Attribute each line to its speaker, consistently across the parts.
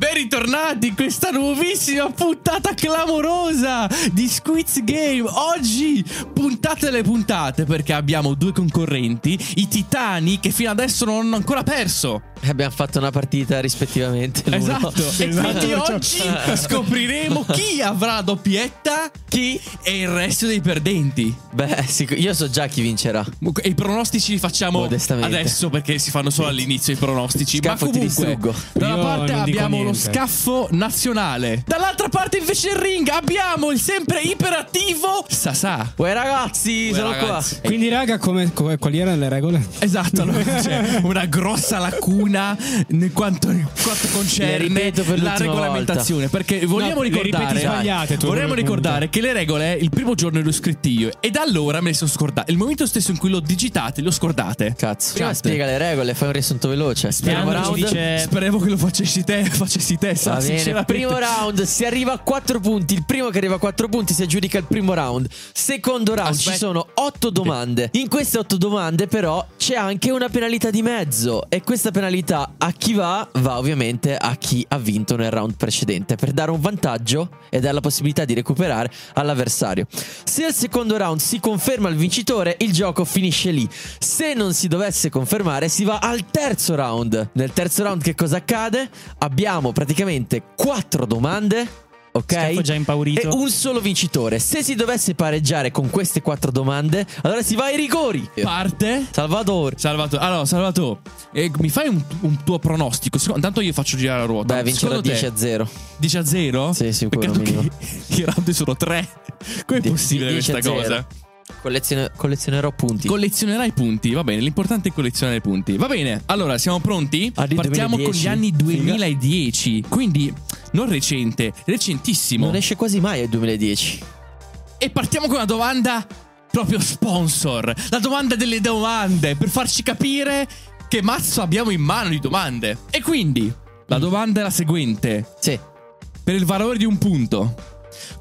Speaker 1: bentornati in questa nuovissima puntata clamorosa di Squiz Game. Oggi puntate le puntate perché abbiamo due concorrenti, i titani che fino adesso non hanno ancora perso.
Speaker 2: E Eh, Abbiamo fatto una partita rispettivamente. l'uno.
Speaker 1: Esatto, e
Speaker 3: esatto,
Speaker 1: quindi
Speaker 3: cioè-
Speaker 1: oggi scopriremo chi avrà la doppietta
Speaker 2: Chi?
Speaker 1: e il resto dei perdenti.
Speaker 2: Beh, sic- io so già chi vincerà.
Speaker 1: E i pronostici li facciamo
Speaker 2: Modestamente.
Speaker 1: adesso perché si fanno solo all'inizio i pronostici.
Speaker 2: Scaffo,
Speaker 1: Ma
Speaker 2: ti
Speaker 1: comunque,
Speaker 2: distruggo.
Speaker 1: da
Speaker 3: Io
Speaker 1: una parte
Speaker 3: non dico
Speaker 1: abbiamo lo
Speaker 3: niente.
Speaker 1: scaffo nazionale, dall'altra parte invece il ring abbiamo il sempre iperattivo Sasà.
Speaker 2: Uè ragazzi,
Speaker 1: Uè,
Speaker 2: sono
Speaker 1: ragazzi.
Speaker 2: qua.
Speaker 3: Quindi, raga, come, come- quali erano le regole?
Speaker 1: Esatto, allora c'è una grossa lacuna nel quanto, quanto
Speaker 2: Le
Speaker 1: concerne
Speaker 2: ripeto per
Speaker 1: la
Speaker 2: l'ultima
Speaker 1: regolamentazione. Perché vogliamo
Speaker 3: le
Speaker 1: ricordare,
Speaker 3: ripeti sbagliate tu,
Speaker 1: vogliamo
Speaker 3: come
Speaker 1: ricordare che le regole il primo giorno le ho scritte io e da allora me le sono scordate. Il momento stesso in cui le ho digitate, le ho scordate.
Speaker 2: Cazzo. Prima
Speaker 1: Chat.
Speaker 2: spiega le regole, fai un riassunto veloce.
Speaker 1: Speriamo,
Speaker 2: Primo
Speaker 1: che
Speaker 2: round.
Speaker 1: lo dice- speriamo che lo facessi te, facessi te,
Speaker 2: Va
Speaker 1: sa,
Speaker 2: bene.
Speaker 1: sinceramente.
Speaker 2: Primo round, si arriva a 4 punti. Il primo che arriva a 4 punti si aggiudica il primo round. Secondo round
Speaker 1: Aspetta.
Speaker 2: ci sono 8 domande. In queste 8 domande, però, c'è anche una penalità di mezzo. E questa penalità a chi va? Va ovviamente a chi ha vinto nel round precedente per dare un vantaggio e dare la possibilità di recuperare all'avversario. Se al secondo round si conferma il vincitore, il gioco finisce lì. Se non si dovesse confermare, si va al terzo round. Nel terzo round, che cosa accade? Abbiamo praticamente quattro domande. Ok,
Speaker 4: Schiaffo già impaurito.
Speaker 2: E un solo vincitore. Se si dovesse pareggiare con queste quattro domande, allora si va ai rigori.
Speaker 1: Parte.
Speaker 2: Salvador.
Speaker 1: Salvatore, allora Salvatore, eh, mi fai un, un tuo pronostico? Secondo- intanto io faccio girare la ruota.
Speaker 2: Beh, vincerà
Speaker 1: Secondo te-
Speaker 2: 10 a 0.
Speaker 1: 10 a 0?
Speaker 2: Sì, sì, quello
Speaker 1: Peccato
Speaker 2: minimo.
Speaker 1: che i round sono 3. Com'è
Speaker 2: Die-
Speaker 1: possibile
Speaker 2: 10 a
Speaker 1: questa cosa?
Speaker 2: 0. Collezione- collezionerò punti.
Speaker 1: Collezionerai i punti, va bene, l'importante è collezionare i punti. Va bene, allora siamo pronti?
Speaker 2: Ah, di
Speaker 1: Partiamo
Speaker 2: 2010.
Speaker 1: con gli anni 2010, quindi non recente, recentissimo.
Speaker 2: non esce quasi mai il 2010.
Speaker 1: E partiamo con una domanda proprio sponsor. La domanda delle domande, per farci capire che mazzo abbiamo in mano di domande. E quindi, la domanda è la seguente.
Speaker 2: Sì.
Speaker 1: Per il valore di un punto.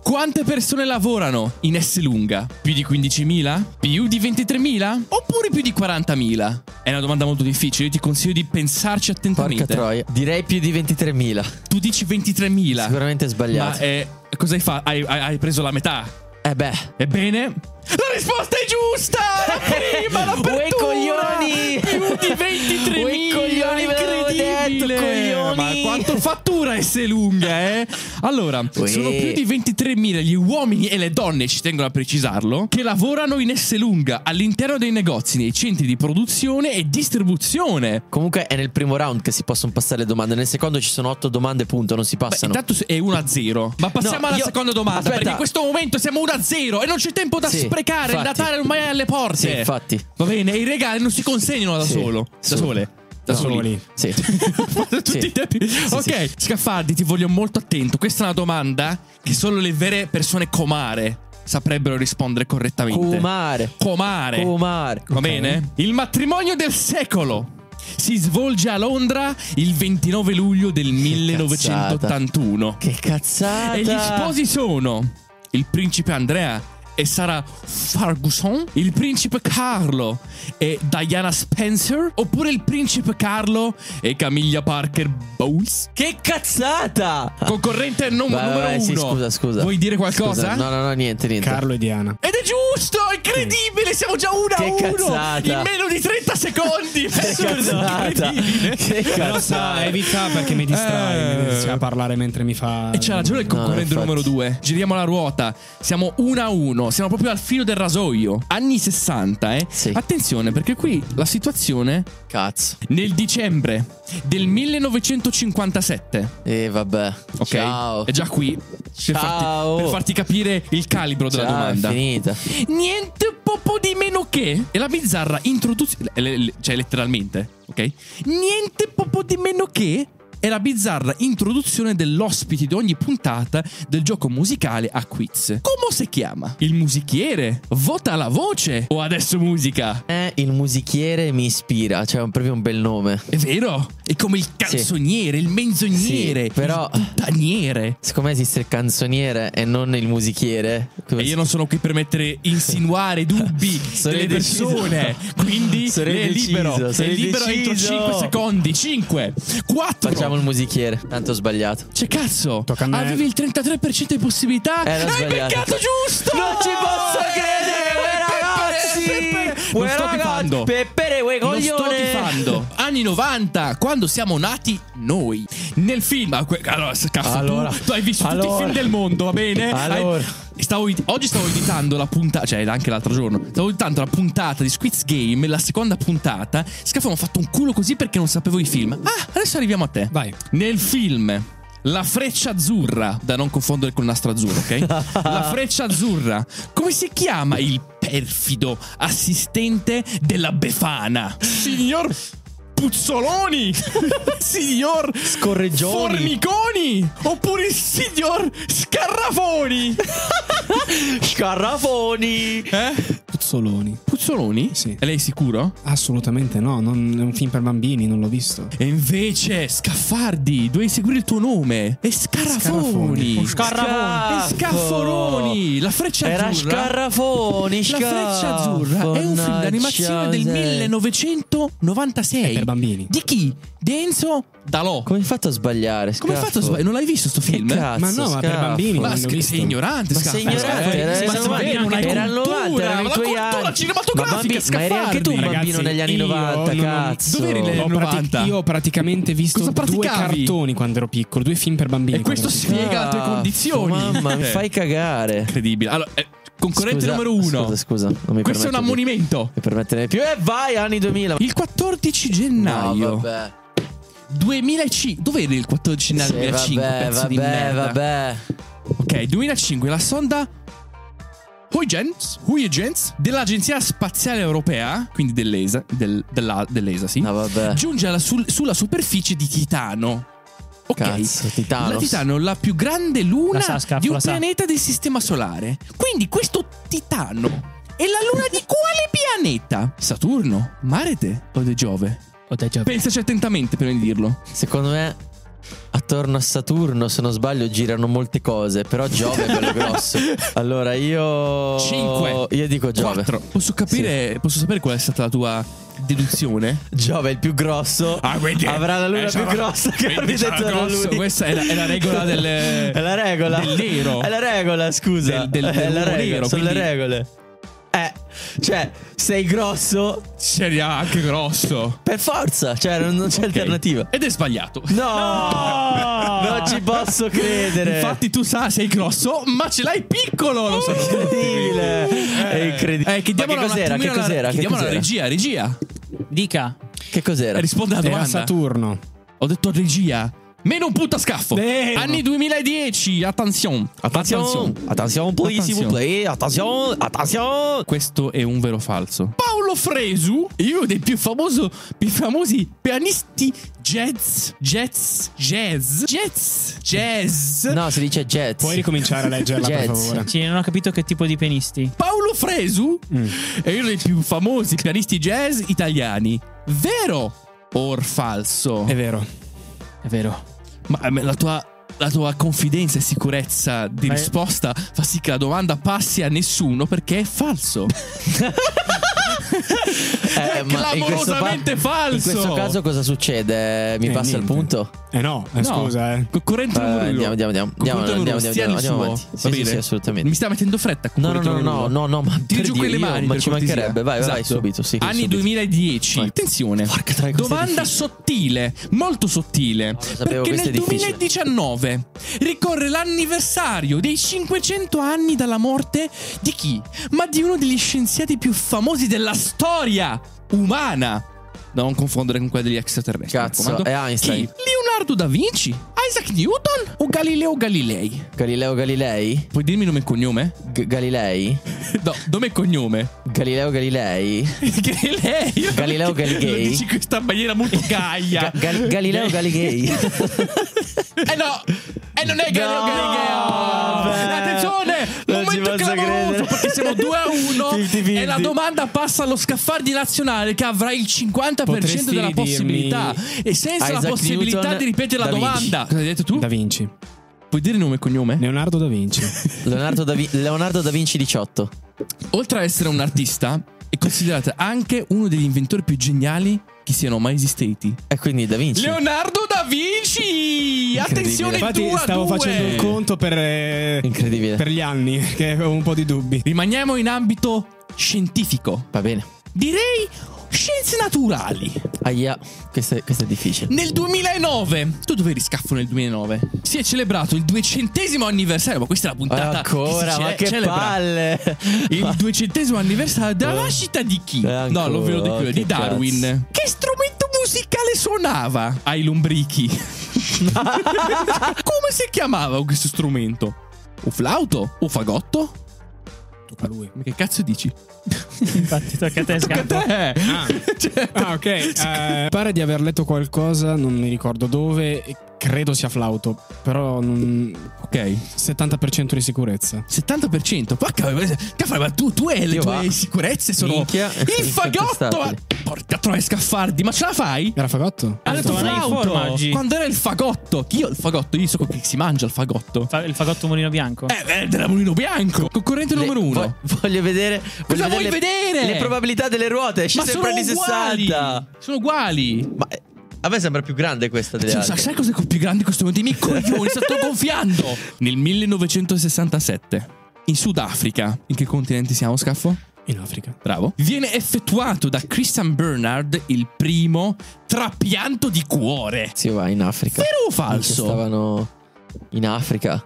Speaker 1: Quante persone lavorano in S lunga? Più di 15.000? Più di 23.000? Oppure più di 40.000? È una domanda molto difficile, io ti consiglio di pensarci
Speaker 2: Porca
Speaker 1: attentamente.
Speaker 2: troia. Direi più di 23.000.
Speaker 1: Tu dici 23.000.
Speaker 2: Sicuramente
Speaker 1: Ma
Speaker 2: sbagliato.
Speaker 1: eh, cosa hai fatto? Hai- hai- hai preso la metà?
Speaker 2: Eh beh.
Speaker 1: Ebbene, la risposta è giusta! La prima, l'apertura!
Speaker 2: Uè, coglioni!
Speaker 1: Più di 23
Speaker 2: Uè, coglioni, ve l'avevo detto, coglioni!
Speaker 1: Ma quanto fattura S lunga, eh? Allora, sono più di 23.000 gli uomini e le donne, ci tengono a precisarlo, che lavorano in S lunga all'interno dei negozi, nei centri di produzione e distribuzione.
Speaker 2: Comunque è nel primo round che si possono passare le domande. Nel secondo ci sono 8 domande, punto. Non si
Speaker 1: Beh,
Speaker 2: passano.
Speaker 1: intanto è 1-0. Ma passiamo
Speaker 2: No,
Speaker 1: alla
Speaker 2: io-
Speaker 1: seconda domanda.
Speaker 2: Aspetta.
Speaker 1: Perché in questo momento siamo 1-0 e non c'è tempo da
Speaker 2: Sì,
Speaker 1: sprecare. Il
Speaker 2: infatti.
Speaker 1: Natale è ormai è alle porte.
Speaker 2: Sì, infatti.
Speaker 1: Va bene, i regali non si consegnano da
Speaker 2: Sì,
Speaker 1: solo. Da
Speaker 2: sì.
Speaker 1: sole. Da
Speaker 2: No.
Speaker 1: soli.
Speaker 2: Sì.
Speaker 1: Tutti
Speaker 2: Sì.
Speaker 1: i tempi. ok,
Speaker 2: sì.
Speaker 1: Scaffardi, ti voglio molto attento. Questa è una domanda che solo le vere persone comare saprebbero rispondere correttamente.
Speaker 2: Comare.
Speaker 1: Comare.
Speaker 2: Comare.
Speaker 1: Va bene? Il matrimonio del secolo si svolge a Londra il 29 luglio del 1981.
Speaker 2: Che cazzata.
Speaker 1: E gli sposi sono il principe Andrea e Sara Ferguson, il principe Carlo e Diana Spencer, oppure il principe Carlo e Camilla Parker Bowles.
Speaker 2: Che cazzata.
Speaker 1: Concorrente nom-
Speaker 2: Vai, vai,
Speaker 1: numero
Speaker 2: vai,
Speaker 1: uno.
Speaker 2: sì, scusa, scusa.
Speaker 1: Vuoi dire qualcosa?
Speaker 2: Scusa, No, no, no, niente, niente.
Speaker 3: Carlo e Diana.
Speaker 1: Ed è giusto, è incredibile, siamo già 1 a
Speaker 2: Che
Speaker 1: 1
Speaker 2: cazzata.
Speaker 1: in meno di 30 secondi. Assurdo,
Speaker 2: cazzata.
Speaker 1: incredibile.
Speaker 2: Che
Speaker 3: Però
Speaker 2: cazzata.
Speaker 3: sa, evita perché mi distrae.
Speaker 1: Eh.
Speaker 3: mi inizia a parlare mentre mi fa.
Speaker 1: E c'ha ragione il concorrente
Speaker 2: No, infatti.
Speaker 1: numero 2. Giriamo la ruota. Siamo 1 a 1. Siamo proprio al filo del rasoio. Anni 60, eh?
Speaker 2: Sì.
Speaker 1: Attenzione perché qui la situazione
Speaker 2: Cazzo.
Speaker 1: nel dicembre del 1957.
Speaker 2: E Eh, vabbè.
Speaker 1: Ok?
Speaker 2: Ciao.
Speaker 1: È già qui. Per
Speaker 2: Ciao.
Speaker 1: farti, per farti capire il calibro della
Speaker 2: Ciao,
Speaker 1: domanda.
Speaker 2: È finita.
Speaker 1: Niente poco di meno che. E la bizzarra introduzione. le- le- Cioè, letteralmente, ok? Niente poco di meno che. È la bizzarra introduzione dell'ospite di ogni puntata del gioco musicale a quiz. Come si chiama? Il musichiere? Vota la voce? O adesso musica?
Speaker 2: Eh, il musichiere mi ispira. Cioè, è proprio un bel nome.
Speaker 1: È vero? È come il canzoniere, il menzogniere,
Speaker 2: Sì, però-
Speaker 1: il puttaniere.
Speaker 2: Siccome esiste il canzoniere e non il musichiere.
Speaker 1: E io non sono qui per mettere insinuare dubbi
Speaker 2: Sono
Speaker 1: delle
Speaker 2: indeciso.
Speaker 1: persone. Quindi
Speaker 2: Sono
Speaker 1: è
Speaker 2: indeciso,
Speaker 1: libero.
Speaker 2: sono
Speaker 1: È libero
Speaker 2: indeciso.
Speaker 1: entro 5 secondi. 5, 4,
Speaker 2: Facciamo Sentiamo il musichiere. Tanto ho sbagliato.
Speaker 1: Cioè, cazzo,
Speaker 3: Tocca a me.
Speaker 1: avevi il 33% di possibilità.
Speaker 2: Eh, l'ho
Speaker 1: Hai
Speaker 2: sbagliato.
Speaker 1: beccato giusto!
Speaker 2: Non ci posso
Speaker 1: Eh, Peppere,
Speaker 2: credere, ragazzi!
Speaker 1: Peppere. Non sto
Speaker 2: ragazzi,
Speaker 1: tifando.
Speaker 2: Peppere, uè,
Speaker 1: Lo
Speaker 2: coglione!
Speaker 1: sto tifando. Anni 90, quando siamo nati noi. Nel film. ah, que- Allora, s- cazzo, tu-
Speaker 3: Allora.
Speaker 1: tu, hai visto tutti i
Speaker 3: Allora.
Speaker 1: film del mondo, va bene? Hai-
Speaker 3: Allora.
Speaker 1: stavo ed- oggi stavo editando la puntata, cioè anche l'altro giorno. Stavo editando la puntata di Squid Game, la seconda puntata. Scafo, mi ha fatto un culo così perché non sapevo i film. Ah, adesso arriviamo a te.
Speaker 3: Vai.
Speaker 1: Nel film La freccia azzurra, da non confondere col nastro azzurro, ok? La freccia azzurra. Come si chiama il perfido assistente della Befana? Signor Puzzoloni! signor
Speaker 3: Scorreggioni.
Speaker 1: Formiconi! Oppure il signor Scarrafoni!
Speaker 2: Scarrafoni!
Speaker 1: Eh?
Speaker 3: Puzzoloni.
Speaker 1: Puzzoloni?
Speaker 3: Sì.
Speaker 1: E lei è sicuro?
Speaker 3: Assolutamente no, non- è un film per bambini, non l'ho visto.
Speaker 1: E invece, Scaffardi, dovevi seguire il tuo nome. E Scarrafoni!
Speaker 3: Scarrafoni.
Speaker 2: Scarrafoni.
Speaker 1: E Scafforoni! La freccia
Speaker 2: Era
Speaker 1: azzurra.
Speaker 2: Scarrafoni,
Speaker 1: La freccia azzurra è un film d'animazione del 1996.
Speaker 3: È per bambini.
Speaker 1: Di chi? Denzo Dalò.
Speaker 2: Come hai fatto a sbagliare?
Speaker 1: Come hai fatto a
Speaker 2: Scarfo?
Speaker 1: sbagliare? Non l'hai visto sto film?
Speaker 2: Che cazzo,
Speaker 3: Ma no, ma per
Speaker 2: Scarfo?
Speaker 3: bambini.
Speaker 1: Ma
Speaker 3: Non l'ho
Speaker 1: sc-
Speaker 3: visto.
Speaker 1: sei ignorante,
Speaker 2: Ma
Speaker 1: Scaffa.
Speaker 2: sei ignorante,
Speaker 1: Eh,
Speaker 2: era
Speaker 1: ma
Speaker 2: il
Speaker 1: se vedi,
Speaker 2: 90,
Speaker 1: non hai
Speaker 2: era il
Speaker 1: cultura,
Speaker 2: 90, erano i
Speaker 1: la
Speaker 2: tuoi
Speaker 1: cultura
Speaker 2: anni.
Speaker 1: cinematografica,
Speaker 2: Ma bambi- ma eri anche tu un
Speaker 1: Scaffardi.
Speaker 2: bambino negli anni
Speaker 3: io
Speaker 2: 90,
Speaker 3: non-
Speaker 2: cazzo. Eh.
Speaker 1: Dove eri nel
Speaker 3: Ho prati-
Speaker 1: 90?
Speaker 3: io ho praticamente visto
Speaker 1: eh, Cosa
Speaker 3: due
Speaker 1: praticavi?
Speaker 3: cartoni quando ero piccolo, due film per bambini.
Speaker 1: E questo
Speaker 3: quando ero
Speaker 1: sì. Spiega le tue
Speaker 2: Cazzo,
Speaker 1: condizioni.
Speaker 2: Mamma, mi
Speaker 1: Eh.
Speaker 2: fai cagare.
Speaker 1: Incredibile. Allora, eh, concorrente
Speaker 2: Scusa,
Speaker 1: numero uno.
Speaker 2: Scusa, scusa. non mi
Speaker 1: Questo è un
Speaker 2: permetto di-
Speaker 1: ammonimento.
Speaker 2: Mi permetterei più. E vai, anni 2000.
Speaker 1: Il 14 gennaio
Speaker 2: No, vabbè.
Speaker 1: 2005. Dove eri il 14 gennaio
Speaker 2: Sì,
Speaker 1: 2005?
Speaker 2: vabbè,
Speaker 1: pezzo di
Speaker 2: vabbè,
Speaker 1: merda?
Speaker 2: vabbè.
Speaker 1: Ok, 2005 la sonda Huygens, Huygens dell'Agenzia Spaziale Europea, quindi dell'ESA, del- della- dell'ESA sì,
Speaker 2: No, vabbè.
Speaker 1: giunge alla sul- sulla superficie di Titano. Ok.
Speaker 2: Cazzo, Titanos.
Speaker 1: La Titano è la più grande luna
Speaker 4: La sa, Scaff,
Speaker 1: di un
Speaker 4: la sa.
Speaker 1: pianeta del Sistema Solare. Quindi questo Titano è la luna di quale pianeta? Saturno, Marete o di Giove?
Speaker 4: Ho già
Speaker 1: Pensaci attentamente prima di dirlo.
Speaker 2: Secondo me, attorno a Saturno, se non sbaglio, girano molte cose. Però Giove è quello grosso. Allora io.
Speaker 1: 5
Speaker 2: Io dico Giove.
Speaker 1: Posso capire, posso sapere qual è stata la tua deduzione?
Speaker 2: Giove è il più grosso.
Speaker 1: Ah,
Speaker 2: Avrà la luna
Speaker 1: eh,
Speaker 2: più
Speaker 1: sarà-
Speaker 2: grossa che
Speaker 1: quindi
Speaker 2: abbia
Speaker 1: sarà
Speaker 2: detto la
Speaker 1: grosso.
Speaker 2: luna.
Speaker 1: Questa è la, è la regola del
Speaker 2: È la regola.
Speaker 1: eh. del nero.
Speaker 2: È la regola, scusa.
Speaker 1: Del- del-
Speaker 2: è la
Speaker 1: dell'uomo
Speaker 2: regola.
Speaker 1: nero,
Speaker 2: sono le
Speaker 1: quindi-
Speaker 2: regole. Eh, cioè, sei grosso
Speaker 1: seria anche grosso.
Speaker 2: per forza. Cioè, non, non c'è alternativa.
Speaker 1: Ed è sbagliato.
Speaker 2: No! Non ci posso credere.
Speaker 1: Infatti tu sa sei grosso, ma ce l'hai piccolo, lo so.
Speaker 2: È incredibile. È incredibile.
Speaker 1: Eh, chiediamola
Speaker 2: Ma
Speaker 1: un
Speaker 2: che cos'era? Che
Speaker 1: attimino alla-
Speaker 2: cos'era? Che
Speaker 1: chiediamo alla
Speaker 2: cos'era?
Speaker 1: regia, regia.
Speaker 4: Dica.
Speaker 2: Che cos'era?
Speaker 1: Risponde alla
Speaker 3: Era
Speaker 1: domanda.
Speaker 3: Saturno.
Speaker 1: Ho detto regia. Meno un punto a scaffo.
Speaker 3: Vero.
Speaker 1: Anni 2010, attenzione.
Speaker 2: Attenzione, attenzione, please, s'il vous plaît. Attenzione, attenzione.
Speaker 1: Questo è un vero falso. Paolo Fresu è uno dei più, famoso- più famosi pianisti jazz. Jazz. Jazz. Jazz. Jazz.
Speaker 2: No, si dice jets.
Speaker 3: Puoi ricominciare a leggerla, per
Speaker 2: Jazz.
Speaker 3: favore?
Speaker 4: Sì, non ho capito che tipo di pianisti.
Speaker 1: Paolo Fresu
Speaker 3: Mm.
Speaker 1: è uno dei più famosi pianisti jazz italiani. Vero o falso?
Speaker 3: È vero.
Speaker 4: È vero.
Speaker 1: Ma eh, ma la tua. La tua confidenza e sicurezza di
Speaker 4: Ma è-
Speaker 1: risposta fa sì che la domanda passi a nessuno perché è falso.
Speaker 2: Eh, ma in questo pa-
Speaker 1: clamorosamente falso.
Speaker 2: In questo caso cosa succede? Mi
Speaker 3: Eh,
Speaker 2: passa il
Speaker 3: niente.
Speaker 2: punto?
Speaker 3: Eh no, eh, scusa, eh.
Speaker 1: Concorrente
Speaker 2: Eh,
Speaker 1: numero uno.
Speaker 2: andiamo, andiamo, andiamo. Andiamo,
Speaker 1: Concorrente
Speaker 2: andiamo,
Speaker 1: numero uno, stia
Speaker 2: andiamo,
Speaker 1: nel
Speaker 2: andiamo
Speaker 1: suo.
Speaker 2: avanti.
Speaker 1: Va
Speaker 2: Sì, sì,
Speaker 1: bene?
Speaker 2: sì, assolutamente.
Speaker 1: Mi sta mettendo fretta.
Speaker 2: No, no,
Speaker 1: concorrente
Speaker 2: no,
Speaker 1: numero
Speaker 2: no,
Speaker 1: uno.
Speaker 2: no, no, ma
Speaker 1: Tiri
Speaker 2: per
Speaker 1: giù con
Speaker 2: Dio,
Speaker 1: le
Speaker 2: io-
Speaker 1: mani.
Speaker 2: Ma
Speaker 1: per
Speaker 2: ci
Speaker 1: cortesia.
Speaker 2: mancherebbe, vai, vai, vai,
Speaker 1: Esatto.
Speaker 2: subito. Sì,
Speaker 1: Anni
Speaker 2: subito.
Speaker 1: 2010.
Speaker 2: Vai.
Speaker 1: Attenzione.
Speaker 2: Porca troia, questo è
Speaker 1: Domanda
Speaker 2: difficile.
Speaker 1: sottile, molto sottile.
Speaker 2: lo sapevo,
Speaker 1: perché
Speaker 2: questo
Speaker 1: nel
Speaker 2: è difficile.
Speaker 1: 2019 ricorre l'anniversario dei 500 anni dalla morte di chi? Ma di uno degli scienziati più famosi della storia umana. Da non confondere con quelli degli extraterrestri.
Speaker 2: Cazzo,
Speaker 1: mi raccomando.
Speaker 2: è Einstein.
Speaker 1: Chi? Leonardo da Vinci? Isaac Newton? O Galileo Galilei?
Speaker 2: Galileo Galilei?
Speaker 1: Puoi dirmi nome e cognome?
Speaker 2: G- Galilei?
Speaker 1: No, nome e cognome.
Speaker 2: Galileo Galilei?
Speaker 1: Galileo.
Speaker 2: Galileo Galilei.
Speaker 1: Eh, Lo dici in questa maniera molto gaia.
Speaker 2: Ga- Gal- Galileo Galilei?
Speaker 1: eh no. Eh non è Galileo
Speaker 2: No,
Speaker 1: Galileo.
Speaker 2: vabbè.
Speaker 1: Attenzione,
Speaker 2: Non ci
Speaker 1: momento
Speaker 2: posso
Speaker 1: clamoroso
Speaker 2: credere.
Speaker 1: perché siamo 2 a 1 e
Speaker 2: 50-50.
Speaker 1: la domanda passa allo scaffardi nazionale che avrà il 50%
Speaker 3: Potresti
Speaker 1: della
Speaker 3: dirmi-
Speaker 1: possibilità e senza la
Speaker 2: Isaac
Speaker 1: possibilità
Speaker 2: Newton,
Speaker 1: di ripetere la
Speaker 2: Da Vinci.
Speaker 1: domanda. Cosa hai detto tu?
Speaker 3: Da Vinci.
Speaker 1: Puoi dire nome e cognome?
Speaker 3: Leonardo da Vinci.
Speaker 2: Leonardo da, Vin- Leonardo da Vinci 18.
Speaker 1: Oltre ad essere un artista, è considerato anche uno degli inventori più geniali che siano mai esistiti.
Speaker 2: E quindi Da Vinci.
Speaker 1: Leonardo da Vinci! Attenzione,
Speaker 3: Infatti,
Speaker 1: due a
Speaker 3: stavo
Speaker 1: due.
Speaker 3: facendo il conto per, eh,
Speaker 2: Incredibile.
Speaker 3: per gli anni, che avevo un po' di dubbi.
Speaker 1: Rimaniamo in ambito scientifico.
Speaker 2: Va bene.
Speaker 1: Direi scienze naturali.
Speaker 2: Aia, questo è, questo è difficile.
Speaker 1: Nel 2009, tu dove eri scaffo nel 2009? Si è celebrato il duecentesimo anniversario, ma questa è la puntata che
Speaker 2: Ancora,
Speaker 1: si ce-
Speaker 2: ma che
Speaker 1: celebra.
Speaker 2: palle.
Speaker 1: Il
Speaker 2: Ma-
Speaker 1: duecentesimo anniversario della
Speaker 2: Eh.
Speaker 1: nascita di chi?
Speaker 2: Eh,
Speaker 1: no,
Speaker 2: ancora,
Speaker 1: non ve lo dico io, di
Speaker 2: che
Speaker 1: Darwin.
Speaker 2: cazzo.
Speaker 1: Che strumento musicale suonava? Ai lombrichi. Come si chiamava questo strumento? O flauto? O fagotto?
Speaker 3: Tocca a lui.
Speaker 1: Ma che cazzo dici?
Speaker 4: Infatti, tocca a te,
Speaker 1: Tocca a
Speaker 4: Scarpa.
Speaker 1: te.
Speaker 3: Ah.
Speaker 1: Cioè,
Speaker 3: Ah, ok. eh, pare di aver letto qualcosa, non mi ricordo dove. e Credo sia flauto, però non-
Speaker 1: ok.
Speaker 3: 70% di sicurezza.
Speaker 1: 70%? Porca, cavolo, ma tu, tu e le
Speaker 2: Io
Speaker 1: tue
Speaker 2: va.
Speaker 1: sicurezze sono.
Speaker 2: Minchia,
Speaker 1: il fagotto!
Speaker 2: incontestabile.
Speaker 1: Porca troia, scaffardi, ma ce la fai?
Speaker 3: Era fagotto?
Speaker 1: Ha detto
Speaker 4: Ma non hai
Speaker 1: flauto
Speaker 4: forma oggi?
Speaker 1: Quando era il fagotto? Chi Io il fagotto, io so che si mangia il fagotto.
Speaker 4: Fa- Il fagotto mulino bianco.
Speaker 1: Eh, eh, della Mulino Bianco. Concorrente
Speaker 2: Le-
Speaker 1: numero uno.
Speaker 2: vo- voglio vedere.
Speaker 1: Cosa
Speaker 2: voglio
Speaker 1: vuoi
Speaker 2: le-
Speaker 1: vedere?
Speaker 2: Le probabilità delle ruote. Ci
Speaker 1: ma
Speaker 2: sembra
Speaker 1: sono
Speaker 2: di
Speaker 1: uguali.
Speaker 2: 60.
Speaker 1: Sono uguali.
Speaker 2: Ma eh, a me sembra più grande questa delle
Speaker 1: Cioè,
Speaker 2: altre.
Speaker 1: sa- sai cos'è il più grande in questo momento? I miei coglioni, sto gonfiando. Nel 1967, in Sudafrica, in che continente siamo, Scaffo?
Speaker 3: In Africa.
Speaker 1: Bravo. Viene effettuato da Christian Bernard il primo trapianto di cuore.
Speaker 2: Sì, va in Africa.
Speaker 1: Vero o
Speaker 2: Minchia,
Speaker 1: falso?
Speaker 2: Stavano in Africa.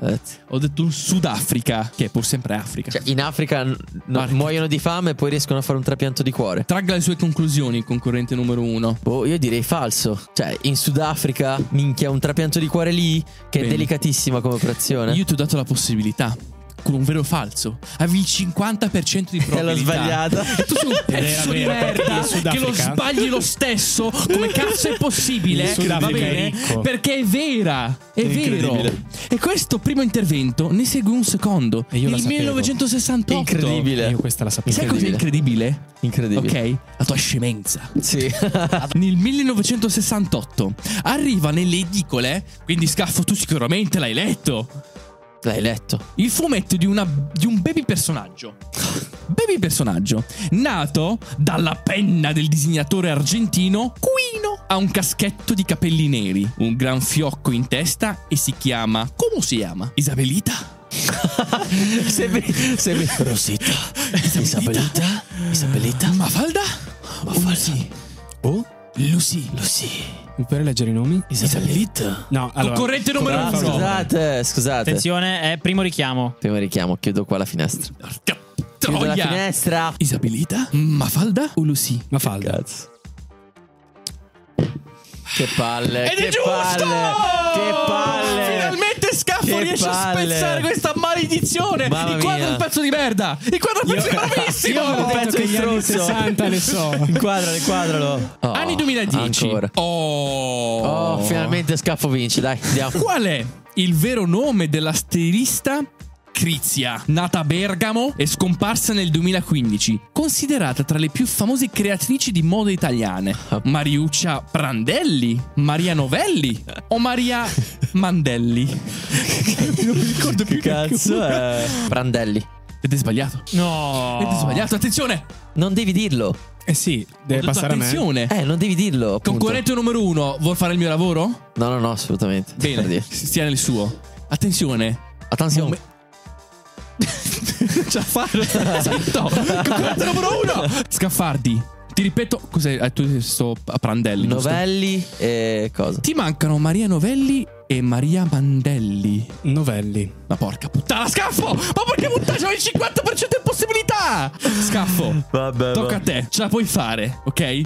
Speaker 2: Eh,
Speaker 1: Ho detto un Sudafrica, che è pur sempre Africa.
Speaker 2: Cioè, in Africa n- no-
Speaker 1: Marchi.
Speaker 2: muoiono di fame e poi riescono a fare un trapianto di cuore.
Speaker 1: Tragga le sue conclusioni, il concorrente numero uno.
Speaker 2: Boh, io direi falso. Cioè, in Sudafrica, minchia, un trapianto di cuore lì, che
Speaker 1: Bene.
Speaker 2: è delicatissima come
Speaker 3: Eh?
Speaker 2: operazione.
Speaker 1: Io ti ho dato la possibilità. Con un vero o falso. Avevi il 50% di probabilità.
Speaker 2: E l'ho sbagliata.
Speaker 1: E tu sei un pezzo di
Speaker 3: vero, perché
Speaker 1: merda che
Speaker 3: il
Speaker 1: lo
Speaker 3: Sudafrica-
Speaker 1: sbagli lo stesso. Come cazzo è
Speaker 3: Il
Speaker 1: possibile? Va
Speaker 3: Sudafrica è
Speaker 1: bene?
Speaker 3: ricco.
Speaker 1: Perché è vera. È vero.
Speaker 3: Incredibile.
Speaker 1: E questo primo intervento ne segue un secondo.
Speaker 3: E io la
Speaker 1: il
Speaker 3: sapevo.
Speaker 1: 1968.
Speaker 2: Incredibile.
Speaker 3: Io questa la sapevo.
Speaker 1: Sai cos'è incredibile?
Speaker 2: Incredibile.
Speaker 1: Ok? La tua scemenza.
Speaker 2: Sì.
Speaker 1: Nel 1968 arriva nelle edicole, quindi Scaffo tu sicuramente l'hai letto,
Speaker 2: L'hai letto.
Speaker 1: il fumetto di, una- di un baby personaggio. Baby personaggio, nato dalla penna del disegnatore argentino Quino. Ha un caschetto di capelli neri, un gran fiocco in testa e si chiama... Come si chiama? Isabelita?
Speaker 2: Sembri. Sembri. Rosita. Isabellita. Isabellita.
Speaker 1: Mafalda? Mafalda?
Speaker 3: Oh?
Speaker 1: Lucy?
Speaker 3: Mi puoi leggere i nomi?
Speaker 2: Isabellita.
Speaker 3: No, allora.
Speaker 1: Concorrente numero
Speaker 3: Ah,
Speaker 1: uno.
Speaker 2: scusate, scusate.
Speaker 4: Attenzione, è primo richiamo.
Speaker 2: Primo richiamo, chiudo qua la finestra.
Speaker 1: Porca
Speaker 2: Chiudo la
Speaker 1: troia!
Speaker 2: finestra.
Speaker 1: Isabelita? Mafalda? O Lucy?
Speaker 3: Ma falda.
Speaker 2: Cazzo. Che
Speaker 1: Ed
Speaker 2: palle. Eh, che
Speaker 1: è giusto!
Speaker 2: Palle, che palle.
Speaker 1: Finalmente Scaffo
Speaker 2: Che
Speaker 1: riesce a
Speaker 2: palle!
Speaker 1: spezzare questa maledizione!
Speaker 2: Mamma
Speaker 1: il quadro è un
Speaker 2: mia.
Speaker 1: pezzo di merda! Il quadro è un pezzo di bravissimo!
Speaker 3: Io ho
Speaker 2: pezzo
Speaker 3: detto
Speaker 2: di
Speaker 3: che gli anni
Speaker 2: stronzo.
Speaker 3: 60 ne so.
Speaker 2: Inquadralo, inquadralo. Oh,
Speaker 1: Anni 2010.
Speaker 2: Ancora.
Speaker 1: Oh.
Speaker 2: Oh, finalmente Scaffo vince, dai, andiamo.
Speaker 1: Qual è il vero nome dell'asterista Crizia, nata a Bergamo e scomparsa nel 2015, considerata tra le più famose creatrici di moda italiane? Mariuccia Prandelli, Maria Novelli o Maria Mandelli? non mi ricordo
Speaker 2: Che cazzo è? Brandelli.
Speaker 1: Ed è sbagliato.
Speaker 4: No.
Speaker 1: Ed è sbagliato, attenzione!
Speaker 2: Non devi dirlo.
Speaker 3: Oh. Eh sì,
Speaker 1: Ho
Speaker 3: deve
Speaker 1: detto
Speaker 3: passare a me.
Speaker 1: attenzione!
Speaker 2: Eh, non devi dirlo. appunto.
Speaker 1: Concorrente numero uno, vuol fare il mio lavoro?
Speaker 2: No, no, no, assolutamente. Per
Speaker 1: Bene,
Speaker 2: dire.
Speaker 1: stia nel suo. Attenzione,
Speaker 2: Attenzione.
Speaker 1: Momen- Non ce la fare. Sento. Concorrente numero uno. Esatto. Scaffardi. Ti ripeto, cos'è? eh, Tu sto a Prandelli. giusto?
Speaker 2: Novelli e cosa?
Speaker 1: Ti mancano Maria Novelli e Maria Mandelli.
Speaker 3: Novelli.
Speaker 1: Ma porca puttana, scaffo! Ma perché puttana? C'ho il 50% di possibilità! Scaffo,
Speaker 2: Vabbè.
Speaker 1: tocca a te, ce la puoi fare, ok?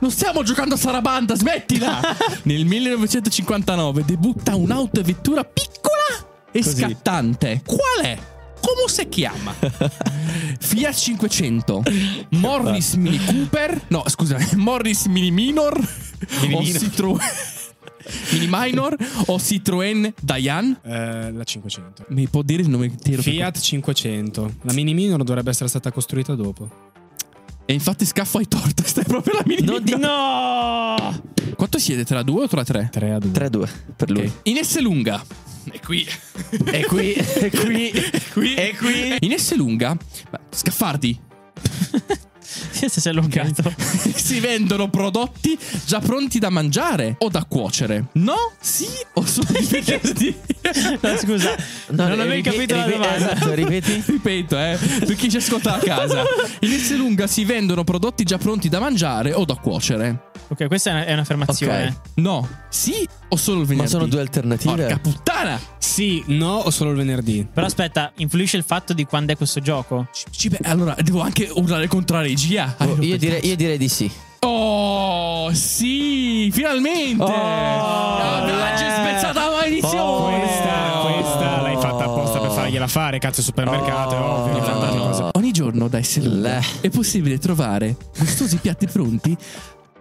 Speaker 1: Non stiamo giocando a Sarabanda, smettila! Nel 1959 debutta un'autovettura piccola e
Speaker 3: Così.
Speaker 1: scattante. Qual è? Come si chiama? Fiat 500, Morris Mini Cooper, no scusa, Morris Mini Minor o
Speaker 3: Minor.
Speaker 1: Citroen Mini Minor o Citroen Diane?
Speaker 3: Eh, la 500.
Speaker 1: Mi può dire il nome intero? per
Speaker 3: Fiat 500. La Mini Minor dovrebbe essere stata costruita dopo.
Speaker 1: favore? E infatti scaffo hai torto, stai proprio la mini.
Speaker 2: Non di-
Speaker 4: No!
Speaker 1: Quanto siete tra due o tra tre?
Speaker 3: 3 a 2.
Speaker 2: 3-2 per lui.
Speaker 1: In S lunga. E qui.
Speaker 2: E qui, e qui,
Speaker 1: E qui.
Speaker 2: e qui.
Speaker 1: In S lunga. Ma, Scaffardi.
Speaker 4: se si è allungato.
Speaker 1: si vendono prodotti già pronti da mangiare o da cuocere? No? Sì? O sono richiesti?
Speaker 4: No, scusa, non avevi
Speaker 2: ripeti-
Speaker 4: capito la
Speaker 2: ripeti-
Speaker 4: domanda.
Speaker 2: Esatto, ripeti.
Speaker 1: Ripeto, eh, per chi ci ascolta a casa. In S lunga si vendono prodotti già pronti da mangiare o da cuocere?
Speaker 4: Ok, questa è una- è un'affermazione.
Speaker 2: Ok.
Speaker 1: No? Sì? O solo il venerdì?
Speaker 2: Ma sono due
Speaker 1: Porca
Speaker 2: alternative. Boh,
Speaker 1: puttana!
Speaker 3: Sì, no o solo il venerdì?
Speaker 4: Però aspetta, influisce il fatto di quando è questo gioco?
Speaker 1: Ci- ci- beh, allora, devo anche urlare contro la regia.
Speaker 2: Oh,
Speaker 1: Ah,
Speaker 2: io, direi, io direi di sì.
Speaker 1: Oh, sì, finalmente!
Speaker 2: Oh,
Speaker 1: Ah,
Speaker 4: eh.
Speaker 1: ci è spezzata la maledizione!
Speaker 2: Oh,
Speaker 3: Questa, questa l'hai fatta apposta per fargliela fare, cazzo, il supermercato, è
Speaker 2: Oh.
Speaker 3: ovvio, ogni tanto le cose.
Speaker 1: Ogni giorno da essere
Speaker 2: Leh.
Speaker 1: è possibile trovare gustosi piatti pronti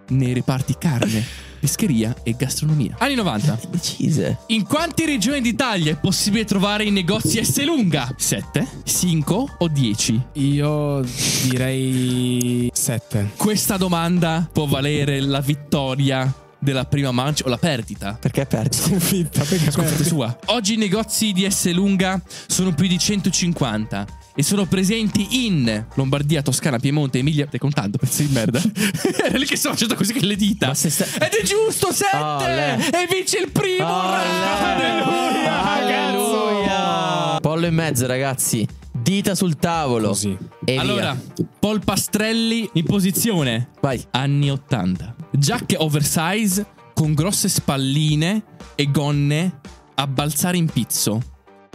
Speaker 1: nei reparti carne, pescheria e gastronomia. Anni 90.
Speaker 2: Decise.
Speaker 1: In quante regioni d'Italia è possibile trovare i negozi S lunga? 7, 5 o 10?
Speaker 3: Io direi 7.
Speaker 1: Questa domanda può valere la vittoria della prima mancia o la perdita.
Speaker 2: Perché perdi?
Speaker 3: Convinta, perché
Speaker 1: Sconfitta sua. Oggi i negozi di S lunga sono più di 150 e sono presenti in Lombardia, Toscana, Piemonte, Emilia. Stai contando, pezzo di merda. Era lì che stavo facendo così con le dita.
Speaker 2: Ma se sta-
Speaker 1: Ed è giusto, 7!
Speaker 2: Oh, lei.
Speaker 1: e vince il primo!
Speaker 2: Oh, lei.
Speaker 1: Alleluia!
Speaker 2: Alleluia. Pollo in mezzo, ragazzi. Dita sul tavolo.
Speaker 3: Così.
Speaker 2: E via.
Speaker 1: Allora, Paul Pastrelli in posizione.
Speaker 2: Vai.
Speaker 1: Anni 80. Giacche oversize con grosse spalline e gonne a balzare in pizzo.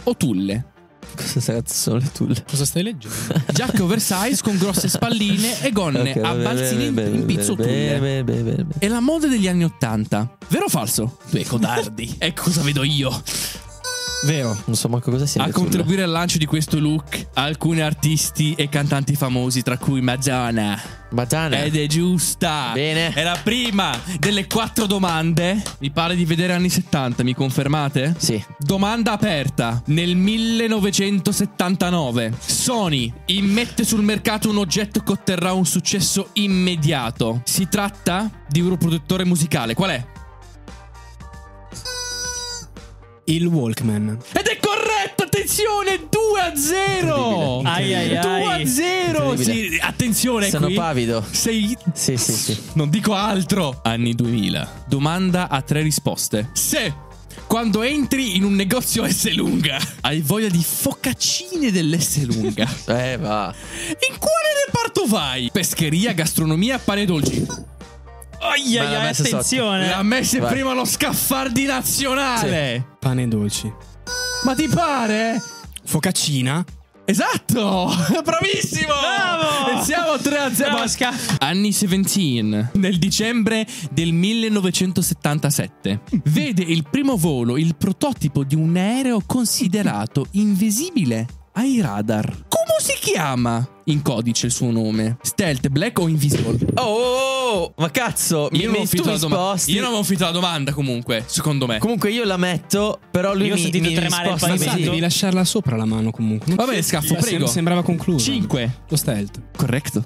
Speaker 1: O tulle.
Speaker 2: Cosa cazzo sono le tulle?
Speaker 3: Cosa stai leggendo?
Speaker 1: Giacche oversize con grosse spalline e gonne
Speaker 2: Ok, va
Speaker 1: a
Speaker 2: bene,
Speaker 1: balzini in-
Speaker 2: bene,
Speaker 1: in
Speaker 2: bene,
Speaker 1: pizzo
Speaker 2: bene,
Speaker 1: tulle.
Speaker 2: bene, bene, bene, bene.
Speaker 1: È la moda degli anni Ottanta. Vero o falso? Due codardi. ecco cosa vedo io.
Speaker 3: Vero.
Speaker 2: Non so manco cosa sia.
Speaker 1: A
Speaker 2: le tulle.
Speaker 1: contribuire al lancio di questo look, alcuni artisti e cantanti famosi, tra cui Madonna.
Speaker 2: Madonna.
Speaker 1: Ed è giusta.
Speaker 2: Bene.
Speaker 1: È la prima delle quattro domande. Mi pare di vedere anni 70, mi confermate?
Speaker 2: Sì.
Speaker 1: Domanda aperta. Nel 1979 Sony immette sul mercato un oggetto che otterrà un successo immediato. Si tratta di un riproduttore musicale. Qual è?
Speaker 3: Il Walkman.
Speaker 1: Ed è corretto, attenzione, 2 a 0.
Speaker 4: Ai, ai, ai.
Speaker 1: 2 a 0.
Speaker 2: Incredibile.
Speaker 1: Sì, attenzione
Speaker 2: Sono
Speaker 1: qui.
Speaker 2: pavido.
Speaker 1: Sei
Speaker 2: Sì, sì, sì.
Speaker 1: Non dico altro! Anni 2000. Domanda a tre risposte. Se quando entri in un negozio S lunga hai voglia di focaccine dell'S lunga,
Speaker 2: Eh, va.
Speaker 1: in quale reparto vai? Pescheria, gastronomia, pane e dolci.
Speaker 4: Ai,
Speaker 2: Ma
Speaker 4: ai,
Speaker 2: l'ha
Speaker 4: ai,
Speaker 2: messa sotto.
Speaker 4: attenzione.
Speaker 1: L'ha messo
Speaker 2: vai.
Speaker 1: prima lo scaffardi nazionale.
Speaker 3: Pane e dolci.
Speaker 1: Ma ti pare?
Speaker 3: Focaccina.
Speaker 1: Esatto! Bravissimo!
Speaker 4: Bravo!
Speaker 1: E siamo 3 a 0.
Speaker 4: Bravo, Sca-
Speaker 1: Anni 17, nel dicembre del 1977, vede il primo volo il prototipo di un aereo considerato invisibile ai radar. Come si chiama in codice il suo nome? Stealth, Black o Invisible?
Speaker 2: Oh, oh, oh, ma cazzo, mi
Speaker 1: non ho
Speaker 2: metti
Speaker 1: finito
Speaker 2: tu
Speaker 1: la domanda.
Speaker 2: risposti.
Speaker 1: Io non avevo finito la domanda comunque, secondo me.
Speaker 2: Comunque io la metto, però lui
Speaker 4: Io ho
Speaker 2: mi,
Speaker 4: sentito
Speaker 2: mi
Speaker 4: tremare il
Speaker 2: risposta-
Speaker 3: Ma
Speaker 4: Sì,
Speaker 3: sai,
Speaker 4: sì.
Speaker 3: devi lasciarla sopra la mano comunque.
Speaker 1: Va bene, scaffo,
Speaker 3: Sem-
Speaker 1: prego.
Speaker 3: sembrava concluso.
Speaker 1: 5.
Speaker 3: Lo stealth.
Speaker 1: Corretto.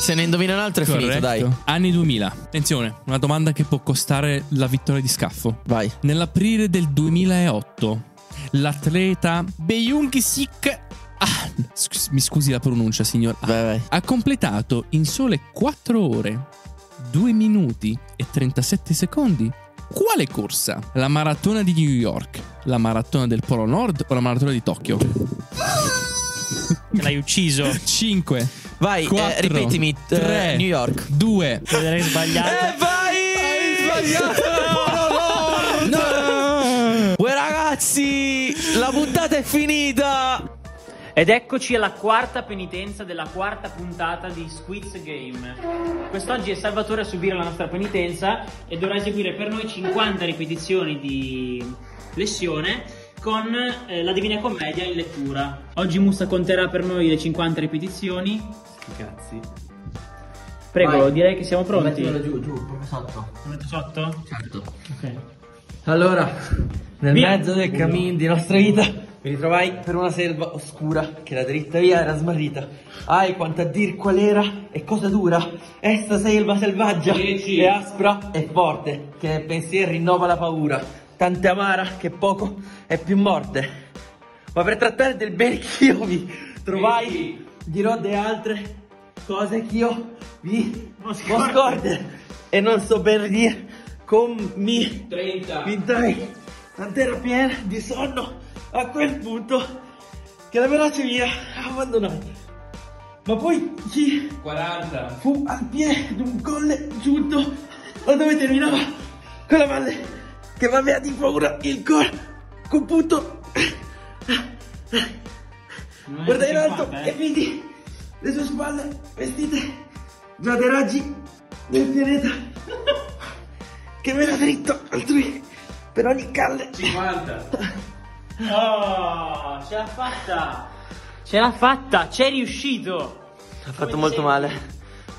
Speaker 2: Se ne indovina un altro è finito, dai.
Speaker 1: Anni 2000. Attenzione, una domanda che può costare la vittoria di scaffo.
Speaker 2: Vai.
Speaker 1: Nell'aprile del 2008, l'atleta Beyung Sik. Ah, scus- mi scusi la pronuncia, signor. Ah,
Speaker 2: Vai, vai.
Speaker 1: ha completato in sole 4 ore, 2 minuti e 37 secondi. Quale corsa? La maratona di New York, la maratona del Polo Nord o la maratona di Tokyo?
Speaker 4: Te l'hai ucciso.
Speaker 1: 5,
Speaker 2: Vai, eh,
Speaker 1: Quattro,
Speaker 2: ripetimi. eh,
Speaker 1: tre.
Speaker 2: New York.
Speaker 1: 2,
Speaker 4: L'hai sbagliato.
Speaker 2: Eh, vai!
Speaker 1: Hai sbagliato!
Speaker 2: Uè ragazzi, la puntata è finita!
Speaker 5: Ed eccoci alla quarta penitenza della quarta puntata di Squiz Game. Quest'oggi è Salvatore a subire la nostra penitenza e dovrà eseguire per noi 50 ripetizioni di lessione con eh, la Divina Commedia in lettura. Oggi Musa conterà per noi le 50 ripetizioni.
Speaker 6: Cazzi.
Speaker 5: Prego,
Speaker 6: Vai.
Speaker 5: direi che siamo pronti.
Speaker 6: Mettilo
Speaker 5: Lo
Speaker 6: giù, giù, proprio sotto.
Speaker 5: metto sotto?
Speaker 6: Certo.
Speaker 5: Ok.
Speaker 6: Allora, nel
Speaker 5: Via.
Speaker 6: mezzo del cammin di nostra vita mi ritrovai per una selva oscura che la dritta via era smarrita. Ai, quanto a dir qual era e cosa dura è sta selva selvaggia
Speaker 5: Dieci.
Speaker 6: e aspra e forte che nel pensiero rinnova la paura. Tante amara che poco è più morte. Ma per trattare del bel che io vi trovai, dirò di altre cose che io vi
Speaker 5: Moscorde.
Speaker 6: moscorde e non so bene dire con mi
Speaker 5: 30.
Speaker 6: mi dai tant'era piena di sonno a quel punto che la verace mi ha abbandonato ma poi chi
Speaker 5: 40.
Speaker 6: fu al piede di un colle giunto da dove terminava quella valle che mi aveva di paura il cuore con punto guardai in alto e vidi le sue spalle vestite già dei raggi del pianeta che me l'ha dritto altrui per ogni calle
Speaker 5: 50. Oh, ce l'ha fatta. Ce l'ha fatta, c'è riuscito.
Speaker 6: ha fatto molto male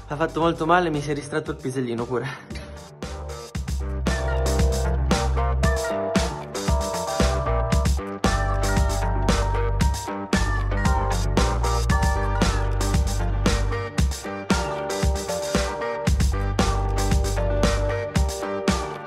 Speaker 6: ha fatto molto male mi si è ristretto il pisellino pure